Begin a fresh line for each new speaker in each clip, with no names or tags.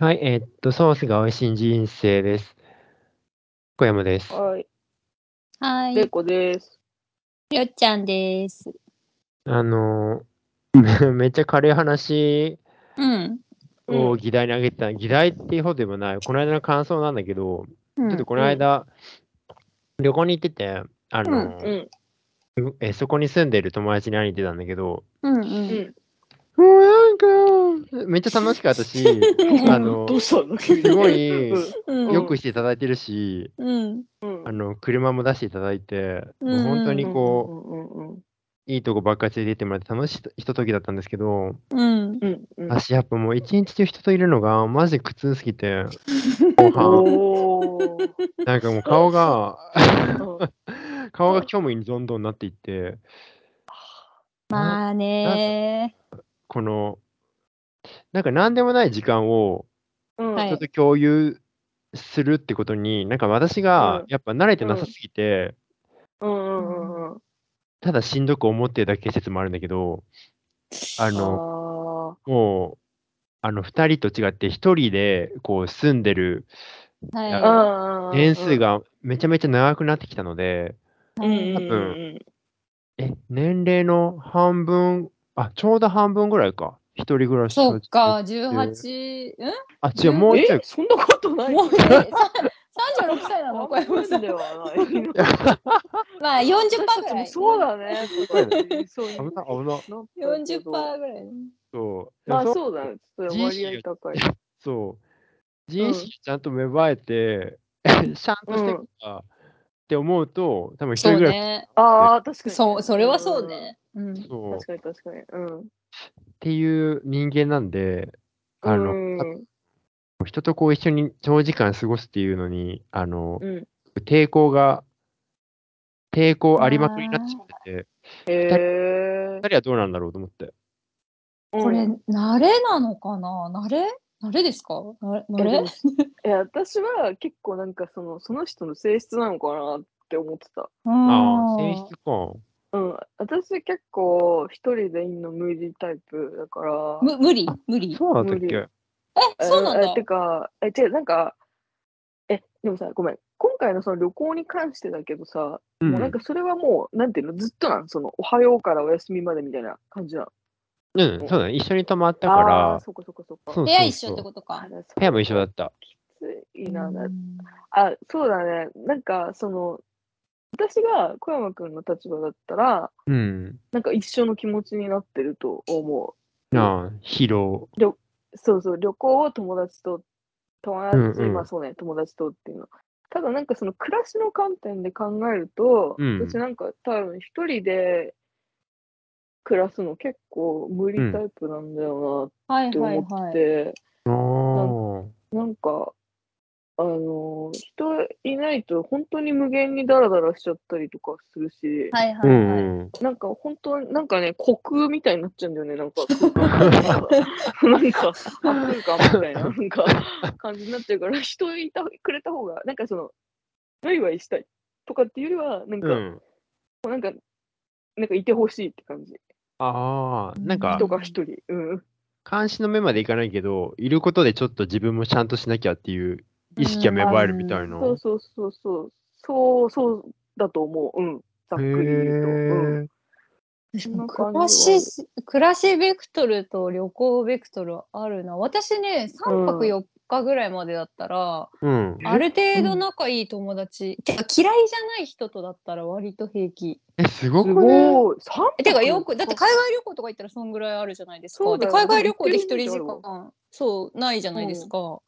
はい、えーっと、ソースが美味しい人生です。小山です。
はい、
は
れい
い、
こです。
りょっちゃんです。
あのー、 めっちゃ軽い話
うん。
を議題に挙げてた、議題っていうほどでもない、この間の感想なんだけど、
う
ちょっと
ん、
この間、旅行に行ってて、あ
う
のー
ん、
え、そこに住んでる友達に会いに行ってたんだけど、
うん、う。
うんん。
もうなんか、めっちゃ楽しかったし、あの
どう
ー、
したの急に
すごい
うん
うん、
よくしていただいてるし、
うん、
うん
あの、車も出していただいて、もう本当に
の
こう、
うんうん
いいとこばっかり連れて行ってもらって楽しいひとときだったんですけど、
うん。
うんうん。
私やっぱもう一日中人といるのがマジ苦痛すぎ て、後半、
おー
なんかもう顔が、
うん
顔が虚無にどんどんなっていって、
まあね
この、なんか何でもない時間を
うん
はい
人と共有するってことに、なんか私が
うん
やっぱ慣れてなさすぎて、
うんうんうん。
ただしんどく思ってるだけ説もあるんだけど、あの、
の、
もう、あの、二人と違って一人でこう住んでる
ー。はい。
あ
は
あー
年数、がめちゃめちゃ長くなってきたので、
うんうん
い
うん
え、年齢の半分、あ、ちょうど半分ぐらいか。一人暮らし
そっか、
18
18、うん
あ、違う、もう
うん。
ちょ
え
い、。
そんなことない
もう、ね、さ36歳 なの小
半
山
分
さん。
ではない。
まあ40%ぐらい。
そうだね。
そうだ
そう い
危な、危な。
う
40%ぐらい。
そう。
まあ
そう
そうだね。ちょっと割合高い。
そう。人種ちゃんと芽生えて、シャンとしてるからって思うと、多分一
そ
人
う
暮らし、
ね。
ああ、確かに。
そう、それはそうね。うん。
そう。っ
確かに確かに。うん。
ていう人間なんで、あ
う
の、
ん
人とこう一緒に長時間過ごすっていうのに、あの、
うん。
抵抗が、抵抗ありまくりになってしまってて、
へえ
二。人はどうなんだろうと思って。
こ
これ、慣れなのかな慣れ慣れですか慣れ慣れ
いや、私は結構なんかその、その人の性質なのかなって思ってた。
ああ、
うん
性質か。
うん。私結構一人でいんの無理タイプだから。
む無理無理
そうだったっけ
え、そうなん
え
だ
て。か、え、違う、なんか、え、でもさ、ごめん。今回のその旅行に関してだけどさ、
う
もうなん
ん。
かそれはもう、なんていうの、ずっとなんその、おはようからお休みまでみたいな感じなの。
うん、そうだね。一緒に泊まったか
あー
ら、
そっかそっかそっか。
そうそうそう
部屋一緒ってこと
あ
か。
らそ
部屋も一緒だ
き
った。
ついな。だ
うん
あ、そうだね。なんか、その、私が小山くんの立場だったら、
うん。
なんか一緒の気持ちになってると思
ああ、疲労。
う。そうそう、旅行を友達と、友達、
うんうん
まあそうね、友達とっていうの。ただなんかその暮らしの観点で考えると、
うん
私なんか多分一人で暮らすの結構無理タイプなんだよ
は
なっ
い
て
はい
思ってて、
はい。
ああ。
なんか、あのー人いないと本当に無限にダラダラしちゃったりとかするし、
はいは
う
いは
ん
い。
うん。
なんか本当になんかね、虚空みたいになっちゃうんだよ ね、なんか。なんか、悪空間みたいな、なんか、感じになってるから、人いたくれた方が、なんかその、ワイワイしたいとかっていうよりは、なんか、
うん。
なんかいてほしいって感じ。
ああ、なんか
人、が一人。うん。
監視の目までいかないけど、いることでちょっと自分もちゃんとしなきゃっていう意識が芽生えるみたいな。
そうそうそうそう。そう、そうだと思う。うん。ざっくり言うと。うん
へえ。
んな
暮
感
ら
じはある
し、暮らしベクトルと旅行ベクトルあるな。私ね、3
う
泊
ん
4日ぐらいまでだったら、
うん。
ある程度仲いい友達、てか嫌いじゃない人とだったら割と平気。
え、すごくね
すごい。三泊
えてかよく、だって海外旅行とか行ったらそんぐらいあるじゃないです
そ
か。
うだ
で
よ
海外旅行で一
行ってる意
人
味
時
あるわ
間、そう、ないじゃないですか。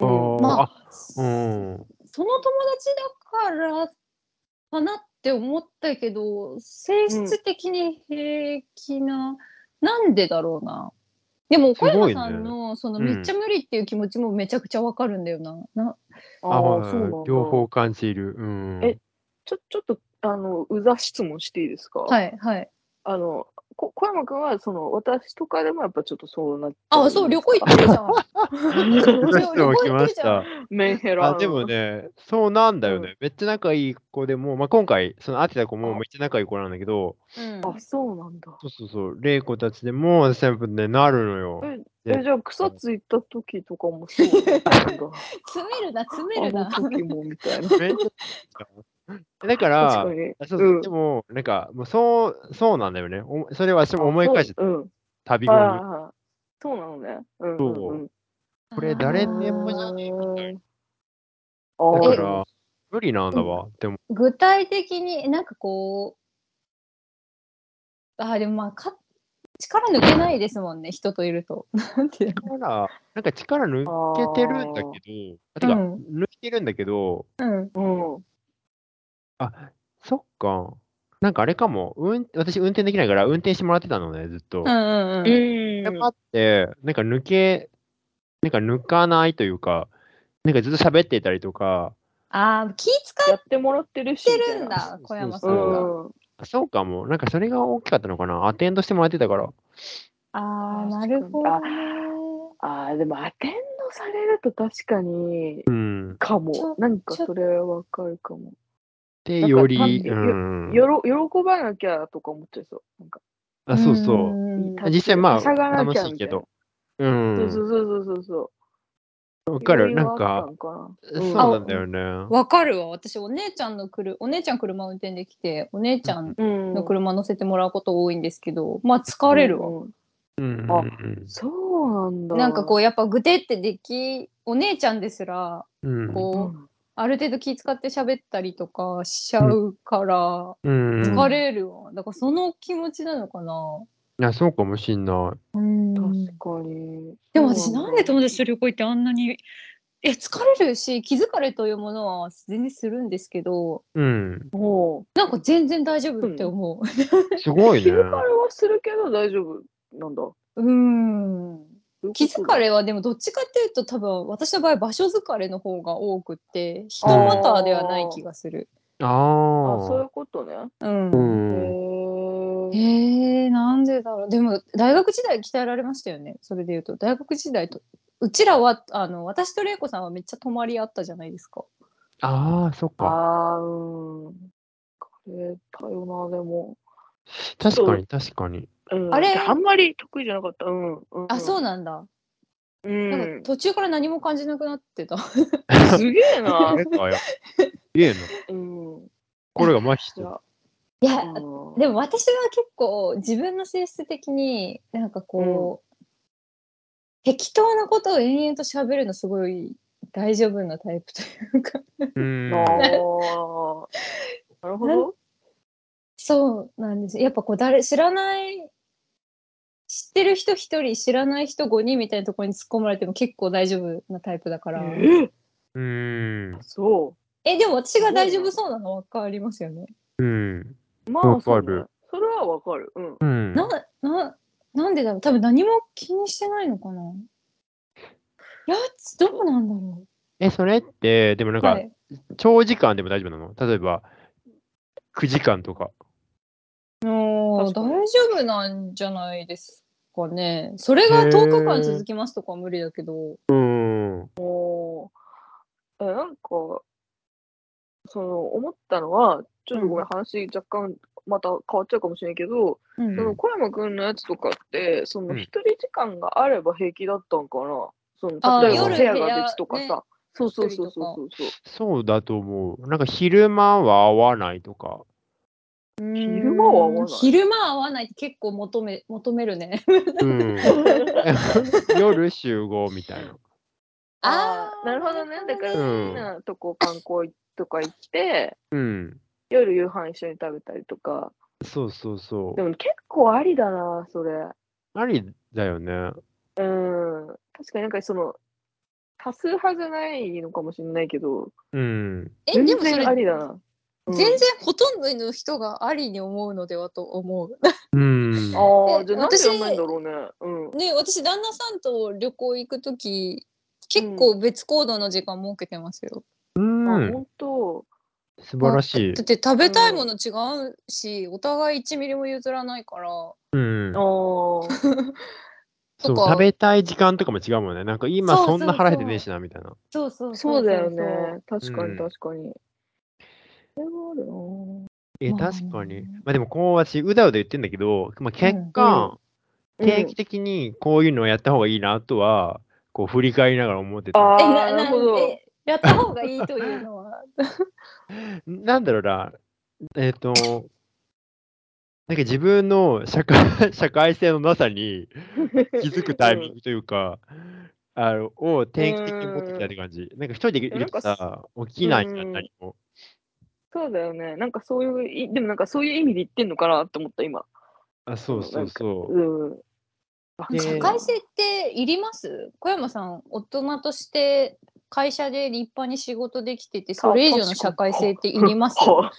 あ
うん
ー
まあ
あ、うん。
その友達だからかなって思ったけど性質的に平気な、なんでだろうなでも小山さんの、その
うん
めっちゃ無理っていう気持ちもめちゃくちゃわかるんだよな,、な
あ
あ
ー
あ
そうなんだ
両方感じる。うん。
えちょちょっとあのうざ質問していいですか、い、
はいはい
あのこ小山君はその私とかでもやっぱちょっとそうなっちゃ
あそう旅行行
っ
ってるじゃん
の人も来まし
いや
た。
メンヘラ。
あでもね、そうなんだよね。めっちゃ仲いい子でもう、まあ、今回、その会ってた子もめっちゃ仲いい子なんだけど、
うん
あ、そうなんだ。
そうそうそう、玲子たちでも、私やっぱね、なるのよ。
え、じゃあ草ついた時とかもそうなん だ。
詰めるな、詰
あ
める
の
な。
時もみたいな。
めっちゃだから、
確かに。
あそうそう
うん
でも、なんか、もうそう、そうなんだよね。おそれは私も思い返して、
あそうう
旅
ん。はいは
後に。
いはい。そうなのね。うん
そうん
ん。
これ誰の絵文字
あー
あー
だか
あ
ら、無理なんだわ。でも、
具体的に、なんかこう、あー、でもまあか、力抜けないですもんね、人といると。 なんていう
力、なんか力抜けてるんだけど、あてか、
うん
抜けてるんだけど、
のうん。
ー。
そっか。なんかあれかも、うん、私運転できないから運転してもらってたのね、ずっと。
うんうん
う
うん。
それ
ん。
もあって、なんか抜け、なんか抜かないというか、なんかずっと喋っていたりとか、
ああ、気使
や
っ
ってもらってるし。
てるん
みたいな
だ、小山さ
うん
が。
ん。
そうかも。なんかそれが大きかったのかな。アテンドしてもらってたから。
ああ、
確か
な
に
るほどね。
ああ、でもアテンドされると確かに、
うん。
か
ちょ
も。なんか
ちょ
それはわかるかも。
で、
なんか
よ
単
り、
に
うん。
よろ喜ばなきゃとか思っちゃいそう。なんか
あ、そうそう。
ん
実際まあ、
はしゃがな
楽
きゃ
しいけ
みたいな
ど。う
そうそ
ん。
うそうそうそう。
わ
わ
かる。なんか、、
う
そうんなんだよね。
わかるわ。私、お姉ちゃんの車、お姉ちゃん車運転できて、お姉ちゃん
うん
の車乗せてもらうこと多いんですけど、まあ疲れるわ。
うん
うん。
あ
うん
そうなんだ。
なんかこ
う、
う、やっぱぐてってでき、お姉ちゃんですら、
うん。
こう、ある程度気使って喋ったりとかしちゃうから、
うん。
疲れるわ。だからその気持ちなのかな。
いや、そうかもしんない。
うん。
確かに。
でも
そう
私なん
だ
で友達と旅行行ってあんなにえ疲れるし気疲れというものは全然するんですけど
うん。
も
なんか全然大丈夫って思う。
すご
う、
いね
気。疲れはするけど大丈夫なんだ。ど
うん
ういうこと
気疲れはでもどっちかっていうと多分私の場合場所疲れの方が多くって人マターではない気がする。
あ
あ、そうい
あ。
うことね。
うん
うん。
へえ。
えー、なんでだろうでも大学時代鍛えられましたよねそれでいうと大学時代とうちらはあの私と玲子さんはめっちゃ泊まりあったじゃないですか。
ああ、そっか。
あー、うん。疲れたよな、でも。
確かに、確かに。
うん
あれ
あんまり得意じゃなかった。うん。うん
あそうなんだ。
うん。
なんか途中から何も感じなくなってた。
すげえな
あ。れかよ。いえな。
うん。
これが麻痺して
じ
る
ゃ。あ
いや
うん
でも私は結構自分の性質的になんかこう、適当なことを延々と喋るのすごい大丈夫なタイプというか
うん。
あー なるほど。
そうなんですやっぱこう誰知らない知ってる人1人知らない人5人みたいなところに突っ込まれても結構大丈夫なタイプだから、
え
うん。
そ
えでも私が大丈夫そうなの分かりますよね、
うん。
う。ま
わ
あ、
か
そう
る
ねそれはわかる。うん。
うん。
なななんでだろう多分何も気にしてないのかないやつどうなんだろ
え、それって、でもな
うん
か
は、い
長時間でも大丈夫なの例えば、9時間とか。
もう
確か
大
に
丈夫なんじゃないですかね。それが
へー
10日間続きますとかは無理だけど。
うん。
え、なんか、その、思ったのは、ちょっとごめん、話若干また変わっちゃうかもしれないけど、
うん
その小山くんのやつとかって、その
うん
一人時間があれば平気だったんかな。そ
ー
の、
あ
例えば
夜
部屋
部屋
が別とか
ね
さ。そうそうそう
一人とか
そうそう。
そうだと思う。なんか昼間は合わないとか。
昼間は合わない
昼間は合わないって結構求め求めるね。
うん。 夜集合みたいな。
ああ、なるほどね。だから好きなとこ観光とか行って、
うん。
夜夕飯一緒に食べたりとか。
そうそうそ
でも結構ありだな、それ。
う。ありだよね。
うん。確かになんかその、多数派じゃないのかもしれないけど、
うん。
え、
全
でもそれ
然ありだな。うん
全然ほとんどの人がありに思うのではと思う。
うん。
ああ、
え
じゃあなんで
私
やんないんだろうね。うん。
ね私旦那さんと旅行行くとき結構別行動の時間設けてますよ。
う
あ、
ん。
本当。
素晴らしい
だっ。て食べたいもの違うし、お互い1ミリも譲らないから。
うん。
ああ。
そう食べたい時間とかも違うもんね。なんか今
そうそ
そう
そうん
な腹減ってねえしな、みたいな。
そう そう
そうだよね。確か
うん
に確かに。それはあるな
え、
まあ
確かに
ね。
まあでも、こう私、うだうだ言ってんだけど、まあ、結果、
うん
定期的にこういうのをやった方がいいなとは、こう振り返りながら思ってた。
あ
え、
ー
な、
な
な
るほど
ん で、やった方がいいという のは。
なんだろうな、えっ、と、なんか自分の社会 社会性のなさに気づくタイミングというか、あのを定期的に持ってきたって感じ。なんか一人でいるとさ、起きないじゃ、
うんん
何も。
そうだよね。なんかそういうい、でもなんかそういう意味で言ってんのかなって思った、今。
あ、そうそうそう。
うん。
で
社会性っていります小山さん、大人として会社で立派に仕事できてて、それ以上の社会性っていります
は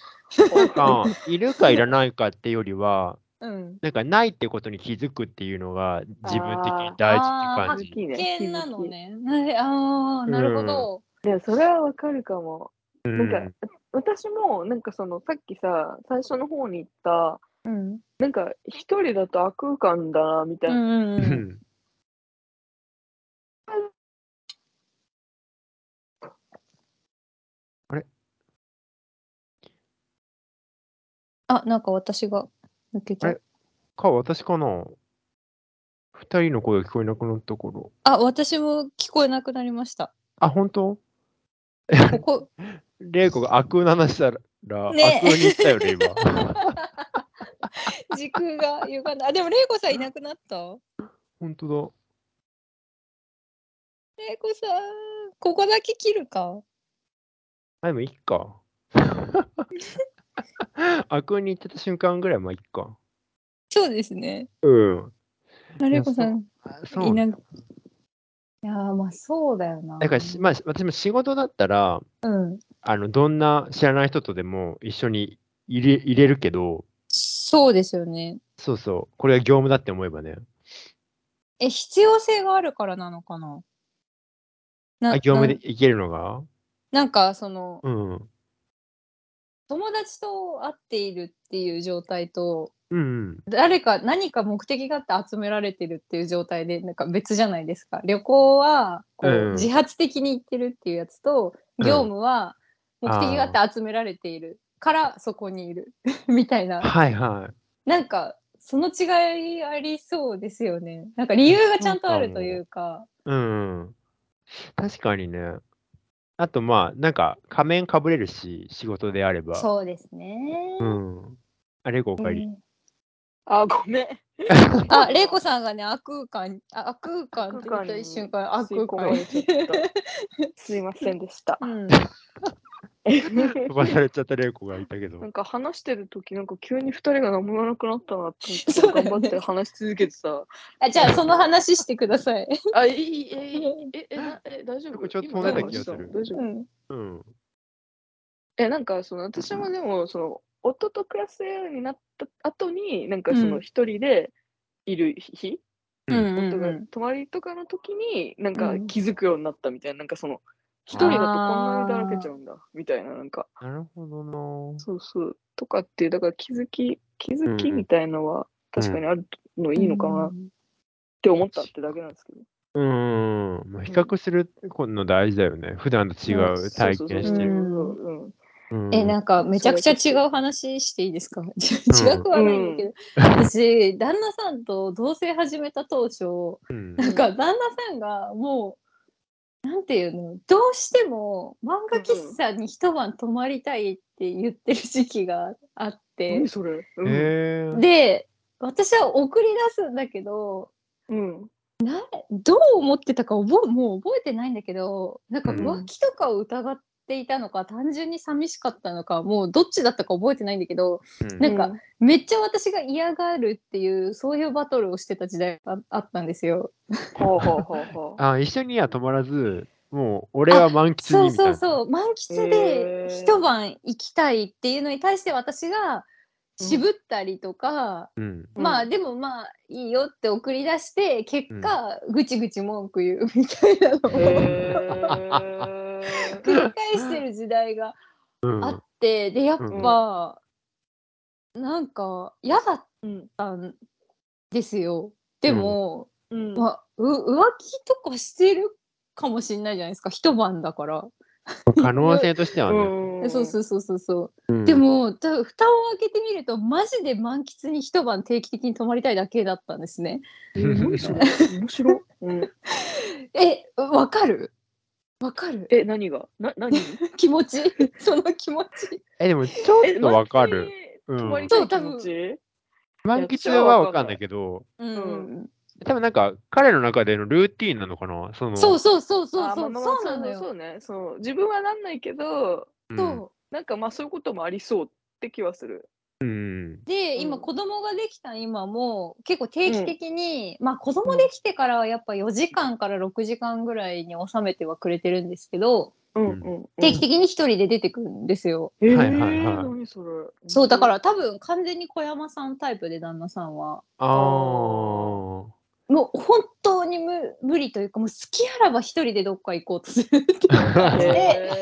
なんかいるかいらないかってよりは、
うん。
なんかないってことに気づくっていうのが自分的に大事って
あ
感
好
じ。
きね。
危険なの
好き好
ね。え ああ、なるほど。
き。いや、それはわかるかも。
うん
なんか、私も、なんかその、さっきさ、最初の方に言った、
うん。
なんか、一人だと悪空間だな、みた
う
いな。
ん。
う
う。
ん ん
あ、なんか私が抜けちゃ
あ
う
れ。か、私かな二人の声が聞こえなくなった頃。
あ、私も聞こえなくなりました。
あ、本当
ここ、
レイコが悪空の話したら、
ね
悪空に行ったよね、今。
時空が歪んだ。あ、でも、玲子さんいなくなった
本当
玲子さん、ここだけ切るか。
だ。あ、でもいっか。悪空に行ってた瞬間ぐらいはまあいっか。
そうですね。
うん。
あ玲子さん、
そう
い
ね。
なく。いやー、まあ、そうだよな。
だからし、まあ、私も仕事だったら、
うん。
あの、どんな知らない人とでも一緒に入れ入れるけど、
そうですよね。
そうそう、これが業務だって思えばね。
え、必要性があるからなのかな。な
あ業務
な
でいけるのが
なんか、その、
うん。うん
友達と会っているっていう状態と、
うん。
誰か何か目的があって集められてるっていう状態でなんか別じゃないですか旅行はこう、
うん
自発的に行ってるっていうやつと
うん
業務は目的があって集められているからそこにいる みたいな
はいはい。
なんかその違いありそうですよねなんか理由がちゃんとあるというか
うん。確かにね。あとまあ、なんか仮面かぶれるし、仕事であれば。
そうですね、
うん。あれ、おかえり。
あ、ごめん。
あ玲子さんがね悪空間あ悪空間って言った瞬間
悪
悪
空
空
間
間
に吸い込まれちゃっすいませんで した。
うん
飛ばされちゃったレイコがいたけど
な。んか話してる時なんか急に二人が何も言わなくなったなって
そう
思
だ
って
よね
頑張って話し続けてさ
あじゃあその話してください。
「あいいいいえいいええなえ大丈
なんか
夫
ちょっと
今
飛
んでた気
がする
大丈夫
うん
うん。
えなんかその私もでもその夫と暮らすようになった後になんかそうの
ん
一人でいる日、
うん
夫が泊まりとかの時になんか
うん
気づくようになったみたいな、なんかその一人だとこんなにだらけちゃうんだみたいななんか
なるほどな。
そうそうとかっていうだから気づき気づきみたいのは確かにあるのいいのかなって思ったってだけなんですけど。
うん。まあ、比較するの大事だよね。普段と違う体験してる。
そうそうそううん
うん
えなんかめちゃくちゃ違う話していいですか 違くはないんだけど、私旦那さんと同棲始めた当初
うん
なんか旦那さんがもうなんていうのどうしても漫画喫茶に一晩泊まりたいって言ってる時期があって
何、それ、うん
へー
で私は送り出すんだけど
うん、
どう思ってたか覚えもう覚えてないんだけどなんか
うん
浮気とかを疑っていたのか、単純に寂しかったのかもうどっちだったか覚えてないんだけど
うん
なんかめっちゃ私が嫌がるっていうそういうバトルをしてた時代があったんですよ。
ほうほうほうほう
あ一緒には泊まらず、もう俺は満喫
そ
に
う
みたい
そ
な。
うそう満喫
へ
で
ー
一晩行きたいっていうのに対して私が渋ったりとか、
うん。
うん
まあでもまあいいよって送り出して結果、ぐちぐち文句言うみたいなのを繰
へー
り返してる時代が
うん
あって、でやっぱ、なんか嫌だったんですよでも、
うん
まあ、う浮気とかしてるかもしれないじゃないですか一晩だから、
可能性としてはね。
うん
そうそうそうそうそう
うん
で、もた蓋を開けてみるとマジで満喫に一晩定期的に泊まりたいだけだったんですね
え何それ面白い、うん、
えわかるわかる
え何がな何
気持ちその気持ち
え、でもちょっとわかる。う
え
ん
満喫泊まりたい気持ち、
満喫はわかんないけど、
うん、
多分なんか彼の中でのルーティーンなのかなその
そうそうそうそう
あ
そ
まあ
う
まあ
そうなのよ
そ
そう
ねそう自分はなんないけど
うん
う
なんかまあそういうこともありそうって気はする
うん。
で今
うん
子供ができた今も結構定期的に、まあ子供できてからはやっぱ4時間から6時間ぐらいに収めてはくれてるんですけど
うんうん
定期的に一人で出てくるんですよ。
えー、
はいはいはい
何それ
そうだから多分完全に小山さんタイプで旦那さんは
ああ。
もう本当に無無理というかもう好きあらば一人でどっか行こうとす るっていう感じで。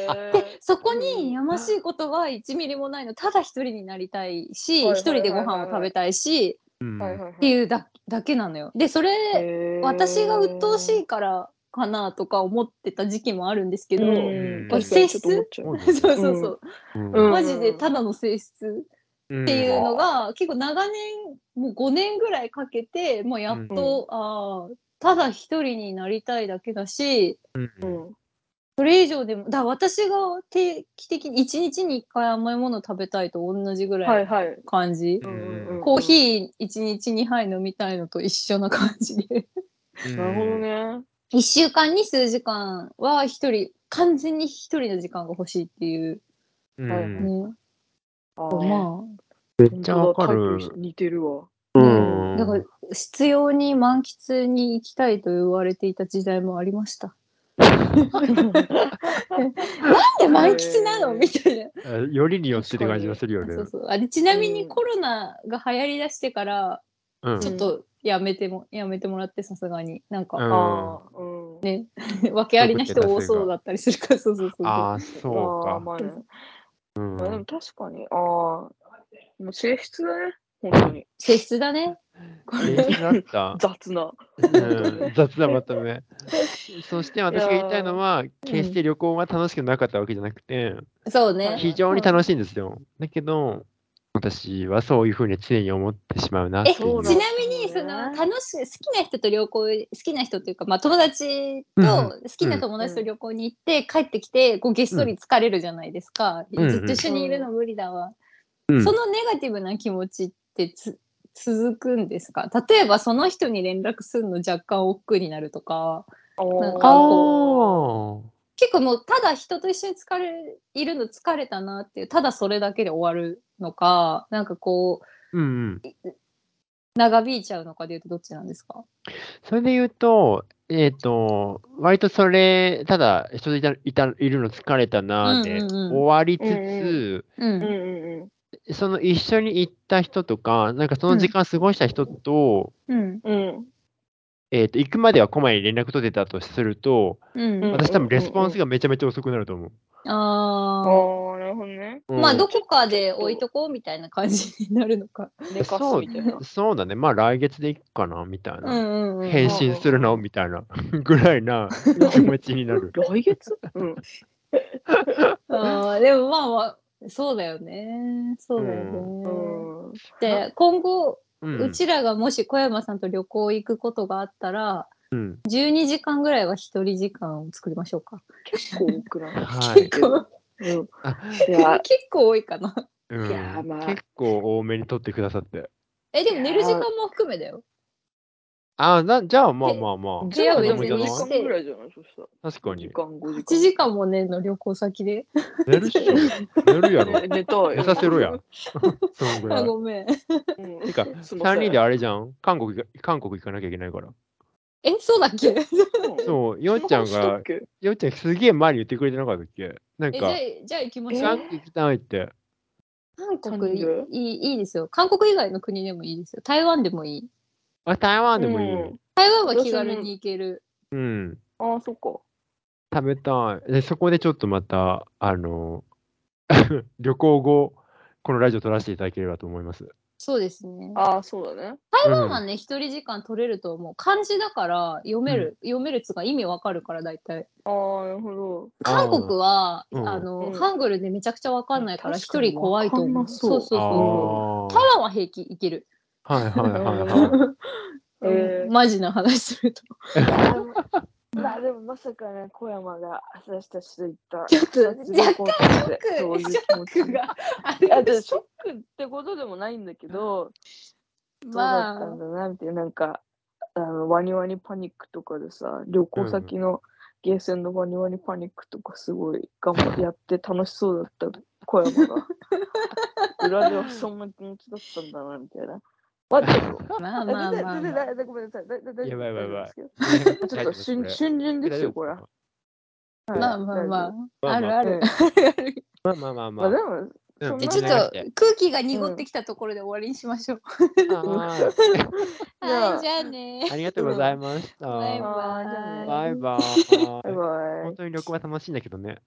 えー
でそこにやましいことは1ミリもないのただ一人になりたいし
はい
一
はいはいはい
人でご飯を食べたいし
うん
はいはいは
って
う、
いうだだけなのよ。でそれ
えー
私が鬱陶しいからかなとか思ってた時期もあるんですけど、
う
そ
ん
うん
確かにちょっと思っちゃう
そう
う
だ
そう
ね
そう、
うん
ん
マジでただの性質
うん
っていうのが、結構長年もう5年ぐらいかけてもうやっと、あーただ一人になりたいだけだし
うん
うん
それ以上でもだ私が定期的に1日に1回甘いもの食べたいと同じぐ
は
らい
いはい
感じ、
うん
うん
コーヒー1日2杯飲みたいのと一緒な感じで。
うん
なるほどね
一週間に数時間は一人完全に一人の時間が欲しいっていう、
うん
はい
ね
あー
ま
めっ
本
ちゃわ
当
か
だ
る
タイ。プ似てるわ
あ、
うん。
だから必要に満喫に行きたいと言われていた時代もありました。なんで満喫な
へー
の、みたいな。
あよりによってって感じがするよね
そう。そうあれちなみ
う
に
ん
コロナが流行りだしてから、
うん
ちょっとやめても、やめてもらってさすがになんか、
ああうん
訳ありな人多そうだったりするからそうそうそうそう。
ああ、そう
あー
か。
まあね
うん
まあでも確かにああもう性質だね本当に
性質だね。これ
練習だった。
雑な
うん雑なまとめ。そして私が言いたいのは、決して旅行は楽しくなかったわけじゃなくて、
そうね。
非常に楽しいんですよ。だけど、私はそういうふうに常に思ってしまうなって
え
い。
ち
そうだ
なみにその
ね
楽しい好きな人と旅行好きな人というか、まあ、友達
うん
と好きな友達と旅行に行って、帰ってきてこうげっそり疲れるじゃないですか、
うん
ずっと一緒にいるの無理だわ、
うん
そのネガティブな気持ちってつ続くんですか例えばその人に連絡するの若干億劫になるとかなんか
ああ。
結構もうただ人と一緒に疲れいるの疲れたなっていうただそれだけで終わるのかなんかこう
うんうん。
長引いちゃうのかでいうとどっちなんですか
それで言うと、えっ、と、割とそれ、ただ、人といたいたいるの疲れたなーで、
うんうんうん
終わりつつ、
うん
うんうんうん
その一緒に行った人とか、なんかその時間過ごした人と、
うん
うん
えっ、と、行くまではこまめに連絡取れたとすると、
うん
うん
私多分レスポンスがめちゃめちゃ遅くなると思う。
あ
あ
あなるほどね
あ。まあ、ど
こ
こかで置いとこうみたいな感じになるのか。
寝かすみたいな
そうだね、まあ来月で行くかな、みたいな。
んう
返信する
うんうん
の
うん
みたいな ぐらいな気 持ちになる。
来月うん
ああ、でもまあまあ、そうだよね。そうだよね。
うん
で、今後、
う、
うんちらがもし小山さんと旅行行くことがあったら、
うん
12時間ぐらいは一人時間を作りましょうか。
結構多くない
はい。
結構
うん
あ
いや
結構多いかな。
うん
いやーまあ
結構多めに取ってくださって。
え、でも寝る時間も含めだよ。
ああ、なじゃあまあまあまあ。
じゃあ
子
で
供
も
いらな
2
い
時間ぐらいじゃないそしたら
確かに
時。間5
8
時間
時間も寝るの、旅行先で。
寝るっしょ。寝るやろ
ね。寝たい
寝させろや。 そんぐら
あ、
い。
ごめん。
うん
てか、
すいません
3人であれじゃん。韓国行か韓国行かなきゃいけないから。
え、そうだっけ
うん
そう、よっちゃん
その話した
が
っ、け
よっちゃんすげえ前に言ってくれてなかったっけなん
えじゃ
か、
あじゃあ行きましょ
韓
う。
国行きたいって。
韓
韓
国い
国
いいいですよ。韓国以外の国でもいいですよ。台湾でもいい。
あ、台湾でもいい。
うん
台湾は気軽に行ける。
うん。
ああそっか
食べたい。で、そこでちょっとまた、 あの、旅行後、このラジオ撮らせていただければと思います。
そうですね。
ああ、そうだね。
台湾はね、一、人時間取れると思う。漢字だから読める、読めるっつうか意味わかるから大体。
ああ、なるほど。
韓国は、
うん
あの、
うん
ハングルでめちゃくちゃわかんないから
確
一
かに
人怖いと
わかん
思
な
う。
そ
そううそうそ
あ
う。
ー
台湾は平気いける。
はいはいはいはい。
えー
マジな話 すると。
まあでも まさかね、小山が私たちと行った。
ちょっと
夏旅行としてそう いう
シ
気持ち
ョックがあ
いや、で
る
もショックってことでもないんだけど、どうだ
ま
ったん
あ、
だな、みたいな、なんか、あの、ワニワニパニックとかでさ、旅行先のゲーセンのワニワニパニックとかすごい頑張ってやって楽しそうだった小山 が。裏ではそんな気持ちだったんだな、みたいな。待ってよ。
まあ
あ
まあまあ
全然
まあ。
全然ごめんなさい。だだ大丈夫
やばいやばいやばい
大丈夫ですけどちょっ
大丈夫で
と
すこ
瞬
れ
瞬順ですよ、これ。はい
まあまあまあ。
大
あ
丈夫
るある。
まあまあまあま
ま
あ
あで。も、
うん
そん
え
な
ちょっと
流して
空気が濁ってきたところで終わりにしましょう。
あー
うん
はい、じゃあね。
ありがとうございました。
バイ
バ
あーじゃあね
バイ。
イバ
バイ
イ。
バイ
本。当に旅行は楽しいんだけどね。